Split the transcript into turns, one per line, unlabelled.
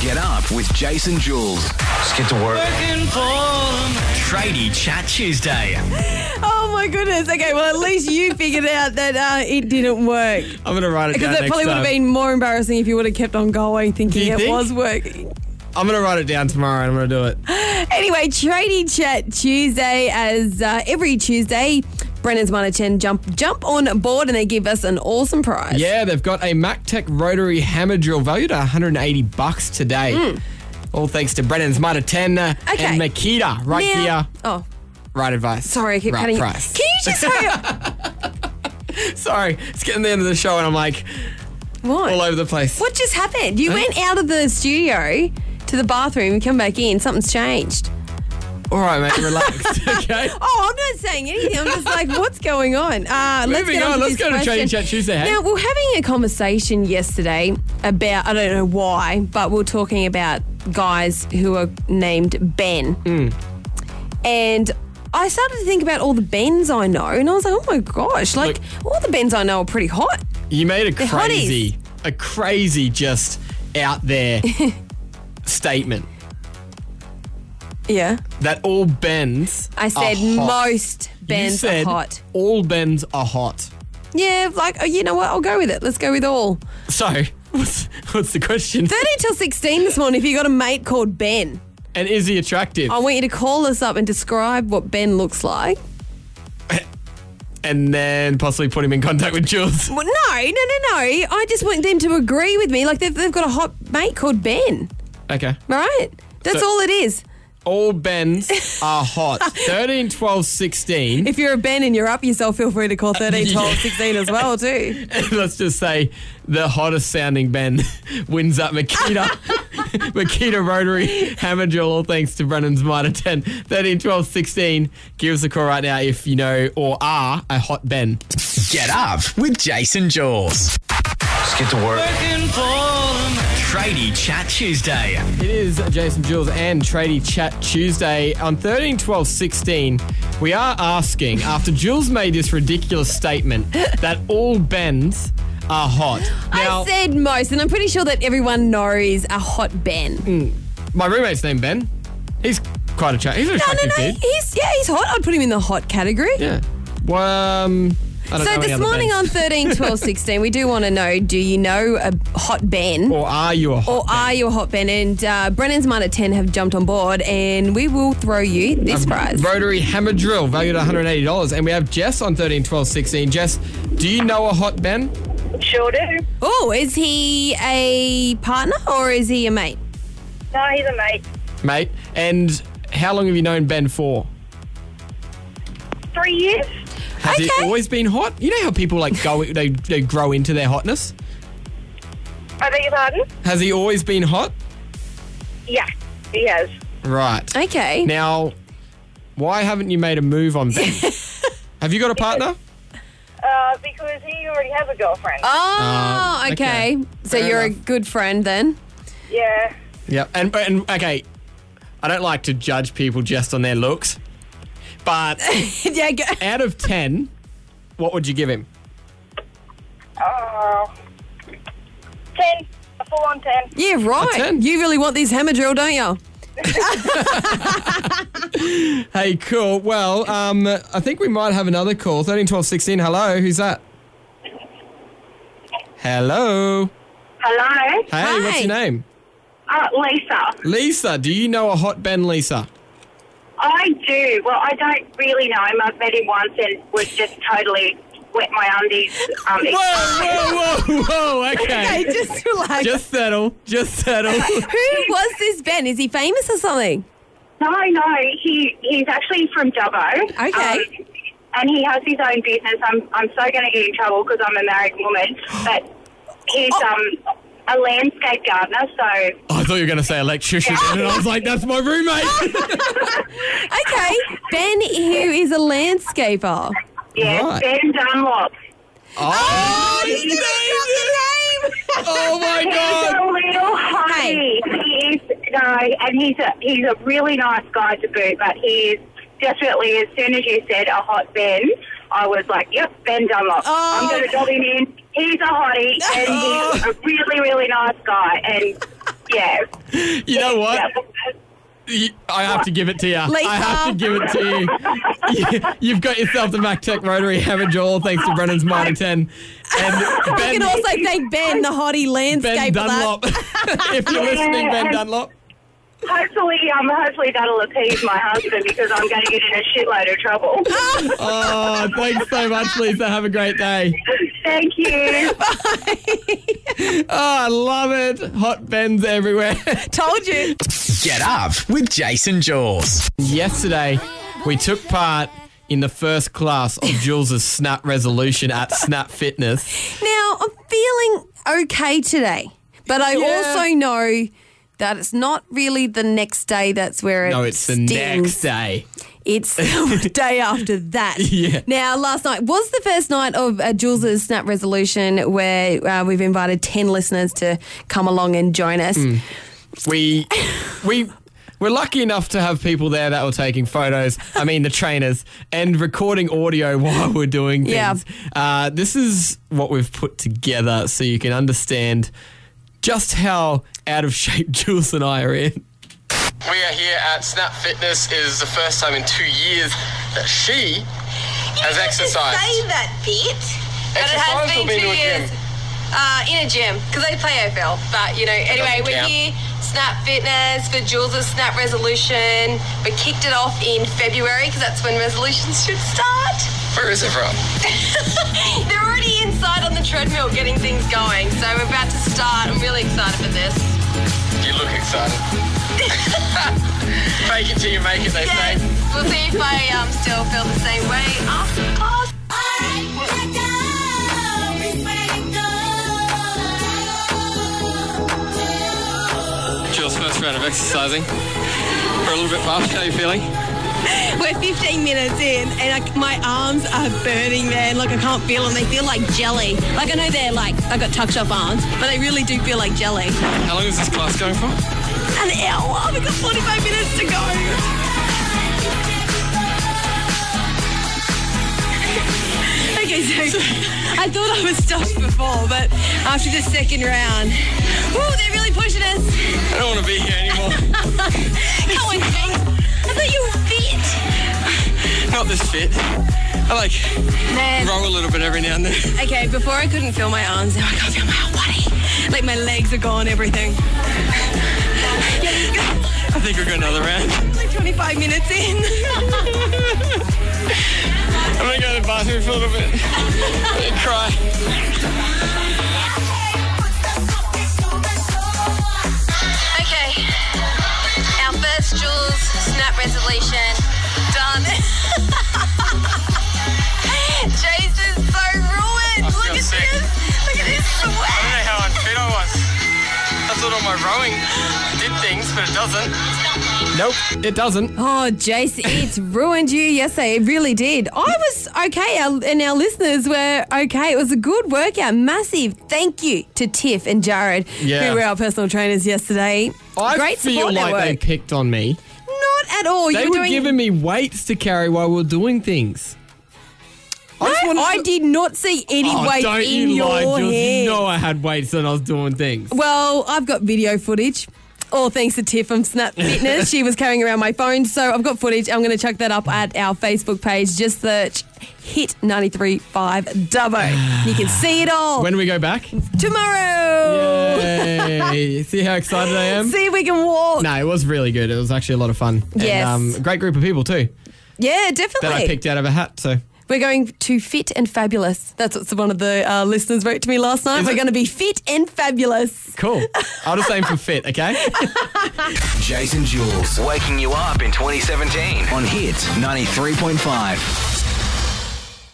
Get Up with Jason Jules.
Let's get to work.
Tradie Chat Tuesday.
Oh my goodness. Okay, well, at least you figured out that uh, it didn't work.
I'm gonna write it down
Because that
next
probably would
time.
have been more embarrassing if you would have kept on going thinking
Do you
it
think?
was working.
I'm gonna write it down tomorrow and I'm gonna do it.
Anyway, Tradie Chat Tuesday, as uh, every Tuesday, Brennan's Monachin jump jump on board and they give us an awesome prize.
Yeah, they've got a MacTech rotary hammer drill valued at 180 bucks today. All thanks to Brennan's Mata 10 uh,
Hmm. Okay.
and Makita. Right
Now-
here,
Oh,
right advice.
sorry, I keep
right
cutting you.
price.
Can you just hurry up?
Sorry, it's getting the end of the show and I'm like
What?
all over the place.
What just happened? You
Huh?
went out of the studio to the bathroom, you come back in, something's changed.
All right, mate, relax. okay.
Oh, I'm not saying anything. I'm just like, what's going on? Uh, let's
Moving
get
on,
to
let's
this
go to Tradie
question.
Chat Tuesday, hey?
Now, we we're having a conversation yesterday about, I don't know why, but we we're talking about guys who are named Ben.
Hmm.
And I started to think about all the Bens I know, and I was like, oh my gosh, like, all the Bens I know are pretty hot.
You made a
hotties.
crazy, a crazy just out there statement
Yeah.
that all bends.
I said
are hot.
most Bens
you said
are hot.
All bends are hot.
Yeah, like, oh, you know what? I'll go with it. Let's go with all.
So, what's, what's the question?
13 till 16 this morning if you got a mate called Ben.
And is he attractive?
I want you to call us up and describe what Ben looks like.
and then possibly put him in contact with Jules.
Well, no, no, no, no. I just want them to agree with me. Like, they've, they've got a hot mate called Ben,
Okay.
right? That's
So-
all it is.
All bends are hot. 13, 12, 16.
If you're a Ben and you're up yourself, feel free to call 13, 12,
Uh, Yeah.
16 as well, too.
Let's just say the hottest sounding Ben wins up Makita. Makita Rotary Hammer Drill, all thanks to Brennan's Mitre 10. 13, 12, 16. Give us a call right now if you know or are a hot Ben.
Get Up with Jason Jules.
Let's get to work.
Tradie Chat Tuesday.
It is Jason Jules and Tradie Chat Tuesday on 13, 12, 16. We are asking after Jules made this ridiculous statement that all bends are hot. Now,
I said most, and I'm pretty sure that everyone knows a hot Ben.
Mm. my roommate's named Ben. He's quite a He's an
no, no,
attractive
no.
dude.
He's, yeah, he's hot. I'd put him in the hot category.
Yeah. Well, um, I don't know
So
any
this
other
morning
Bens.
on 13, 12, 16, we do want to know do you know a hot Ben?
or are you a hot?
Or are you a hot Ben? And uh, Brennan's Mine at 10 have jumped on board, and we will throw you this
Um,
prize.
Rotary hammer drill valued at $180. And we have Jess on 13, 12, 16. Jess, do you know a hot Ben?
Sure do.
Oh, is he a partner or is he a mate?
No, he's a mate.
Mate, and how long have you known Ben for?
Three years?
Has it
Okay.
always been hot? You know how people like go they they grow into their hotness?
I beg your pardon?
Has he always been hot?
Yeah, he has.
Right.
Okay.
Now, why haven't you made a move on Ben? Have you got a partner?
Uh, because he already has a girlfriend.
oh,
Um,
okay.
okay.
So
Fair
you're a
enough.
good friend then?
Yeah.
Yep. And and okay, I don't like to judge people just on their looks. But
yeah, go-
out of 10, what would you give him?
Oh. Ten. A full on ten.
yeah, right.
10.
You really want this hammer drill, don't you?
Hey, cool. Well, um, I think we might have another call. 13, 12, 16. Hello. Who's that? Hello.
Hello?
Hey, what's
Hi.
your name?
Uh, Lisa.
Lisa. Do you know a hot Ben, Lisa?
I do. Well, I don't really know him. I've met him once and was just totally wet my undies. Um,
Whoa, whoa, whoa, whoa. Okay.
Okay, just relax.
Just settle. Just settle.
Who was this Ben? Is he famous or something?
No, no, he he's actually from Dubbo.
Okay.
Um, and he has his own business. I'm I'm so going to get in trouble because I'm a married woman, but he's
Oh.
um a landscape gardener. So
I thought you were going to say electrician, and I was like, that's my roommate.
Okay, Ben, who is a landscaper.
yeah,
Right.
Ben Dunlop.
oh, oh, my
He's a
God.
little honey. He is no, and he's a he's a really nice guy to boot, but he is definitely as soon as you said a hot Ben. I was like, yep, Ben Dunlop.
Oh.
I'm going to drop him in. He's a hottie, and he's a really, really nice guy. And Yeah.
You know what?
Yeah.
You- I have to give it to you.
Lisa.
I have to give it to you. you. have got yourself the Mac Tech Rotary Hammer Joel, thanks to Brennan's Minor 10. And Ben,
I can also thank Ben, the hottie
ben
landscaper.
Dunlop. if you're listening, Ben Dunlop.
Hopefully, um, hopefully that'll appease my husband because I'm going to get in a shitload of trouble.
Oh, thanks so much, Lisa. Have a great day.
Thank you.
Oh, I love it. Hot bends everywhere.
Told you.
Get up with Jason Jules.
Yesterday, we took part in the first class of Jules' Snap Resolution at Snap Fitness.
Now, I'm feeling okay today, but I
Yeah.
also know that it's not really the next day that's where it
No, it's the
stings.
next day.
It's the day after that.
Yeah.
Now, last night was the first night of uh, Jules' Snap Resolution where uh, we've invited 10 listeners to come along and join us.
We we we're lucky enough to have people there that were taking photos. I mean, the trainers and recording audio while we're doing
Yeah.
things. Uh, this is what we've put together so you can understand just how out of shape Jules and I are in.
We are here at Snap Fitness. It is the first time in two years that she has exercised.
Say that bit. But it
Exercise
has
or
been
been
two
to a gym?
years. Uh, in a gym because I play AFL. But you know, anyway,
doesn't
we're
count.
here. Snap Fitness for Jules' Snap Resolution. We kicked it off in February because that's when resolutions should start.
Where is it from?
They're already inside on the treadmill getting things going, so we're about to start. I'm really excited for this.
You look excited. Fake it till you make it, they
Yes,
say.
we'll see if I um, still feel the same way after. after.
Jill's first round of exercising. We're a little bit past. How are you feeling?
We're 15 minutes in, and like my arms are burning, man. Like I can't feel them; they feel like jelly. Like I know they're like I got tucked up arms, but they really do feel like jelly.
How long is this class going for?
An hour. We got 45 minutes to go. Okay, so I thought I was stuffed before, but after the second round, woo, they're really pushing us.
I don't want to be here anymore.
Come on, Jake. I thought you were fit.
Not this fit. I like
Man.
roll a little bit every now and then.
Okay, before I couldn't feel my arms, now I can't feel my whole body. Like my legs are gone, everything.
I think we'll go another round.
Like 25 minutes in.
I'm gonna go to the bathroom for a little bit. and cry.
okay, our first Jules snap resolution done. Jason's so
I
ruined. Look
feel
at
sick.
this. Look at this
I don't
sweat.
know how unfit I was. I thought all my rowing did things, but it doesn't.
Nope, it doesn't.
Oh, Jace, it's ruined you yesterday. It really did. I was okay, our, and our listeners were okay. It was a good workout. Massive thank you to Tiff and Jared,
Yeah.
who were our personal trainers yesterday.
I
Great
feel
support
like they
network.
picked on me.
Not at all.
They
you
were
were doing.
giving me weights to carry while we were doing things. I, just wanted
I
to-
did not see any
Oh,
weight
don't
in
you
your
lie, Jules.
head.
You know I had weights when I was doing things.
Well, I've got video footage. All thanks to Tiff from Snap Fitness. she was carrying around my phone. So I've got footage. I'm going to chuck that up at our Facebook page. Just search hit 935 Dubbo. You can see it all
When we go back,
tomorrow.
Yay. see how excited I am.
See if we can walk.
No, it was really good. It was actually a lot of fun.
Yes.
And, um, great group of people too
Yeah,
that I
definitely.
picked out of a hat. So
We're going to fit and fabulous. That's what one of the uh, listeners wrote to me last night.
Is
We're
it-
going to be fit and fabulous.
cool. I'll just aim for fit. Okay.
Jason Jules, waking you up in 2017 on Hit 93.5.